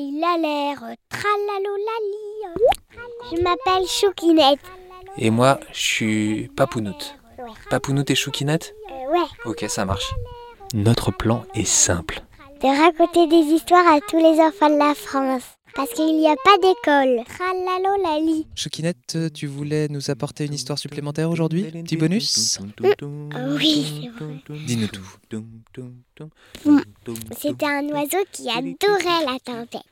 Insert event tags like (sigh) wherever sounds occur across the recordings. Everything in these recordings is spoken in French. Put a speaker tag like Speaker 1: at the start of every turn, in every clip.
Speaker 1: Tralalalère, tralalolali. Je m'appelle Choukinette.
Speaker 2: Et moi, je suis Papounoute.
Speaker 1: Ouais.
Speaker 2: Papounoute et Choukinette
Speaker 1: Euh, ouais,
Speaker 2: Ok, ça marche. Notre plan est simple.
Speaker 1: de raconter des histoires à tous les enfants de la France. Parce qu'il n'y a pas d'école. Tralalolali.
Speaker 3: Choukinette, tu voulais nous apporter une histoire supplémentaire aujourd'hui Petit bonus
Speaker 1: oui,
Speaker 3: Dis-nous tout.
Speaker 1: C'était un oiseau qui adorait la tempête.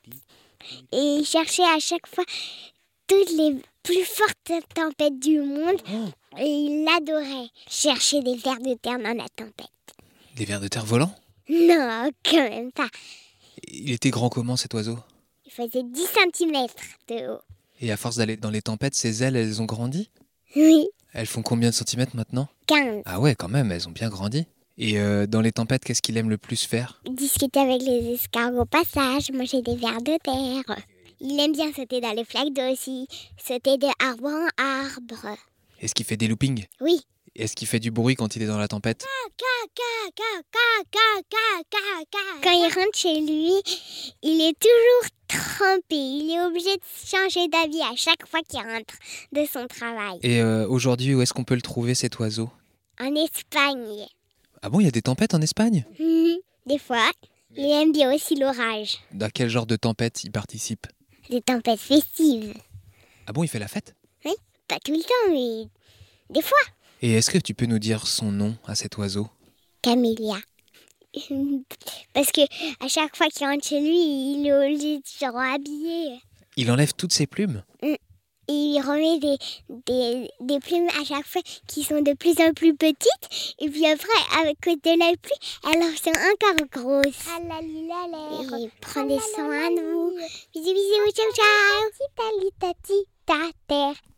Speaker 1: Et il cherchait à chaque fois toutes les plus fortes tempêtes du monde. Et il adorait chercher des vers de terre dans la tempête.
Speaker 3: Des vers de terre volants
Speaker 1: Non, quand même pas.
Speaker 3: Il était grand comment cet oiseau
Speaker 1: Il faisait 10 cm de haut.
Speaker 3: Et à force d'aller dans les tempêtes, ses ailes, elles ont grandi
Speaker 1: Oui,
Speaker 3: Elles font combien de centimètres maintenant
Speaker 1: 15.
Speaker 3: Ah ouais, quand même, elles ont bien grandi. Et euh, dans les tempêtes, qu'est-ce qu'il aime le plus faire
Speaker 1: Discuter avec les escargots au passage, manger des vers de terre. Il aime bien sauter dans les flaques d'eau aussi, sauter de arbre en arbre.
Speaker 3: Est-ce qu'il fait des loopings
Speaker 1: Oui.
Speaker 3: Est-ce qu'il fait du bruit quand il est dans la tempête
Speaker 1: Quand il rentre chez lui, il est toujours trempé. Il est obligé de changer d'avis à chaque fois qu'il rentre de son travail.
Speaker 3: Et euh, aujourd'hui, où est-ce qu'on peut le trouver cet oiseau
Speaker 1: En Espagne, (laughs)
Speaker 3: Ah bon, il y a des tempêtes en Espagne
Speaker 1: Mhm. des fois, il aime bien aussi l'orage.
Speaker 3: Dans quel genre de tempête il participe
Speaker 1: Des tempêtes festives.
Speaker 3: Ah bon, il fait la fête
Speaker 1: Pas tout le temps, mais des fois.
Speaker 3: Et est-ce que tu peux nous dire son nom à cet oiseau
Speaker 1: Camélia. (laughs) Parce que à chaque fois qu'il rentre chez lui, il est obligé de se rhabiller.
Speaker 3: Il enlève toutes ses plumes
Speaker 1: Et il remet des, des, des plumes à chaque fois qui sont de plus en plus petites. Et puis après, avec cause de la pluie, elles en sont encore grosses. Et il prend des soins à nous. Bisous, bisous, ciao, ciao. Tita, lita, tita, terre.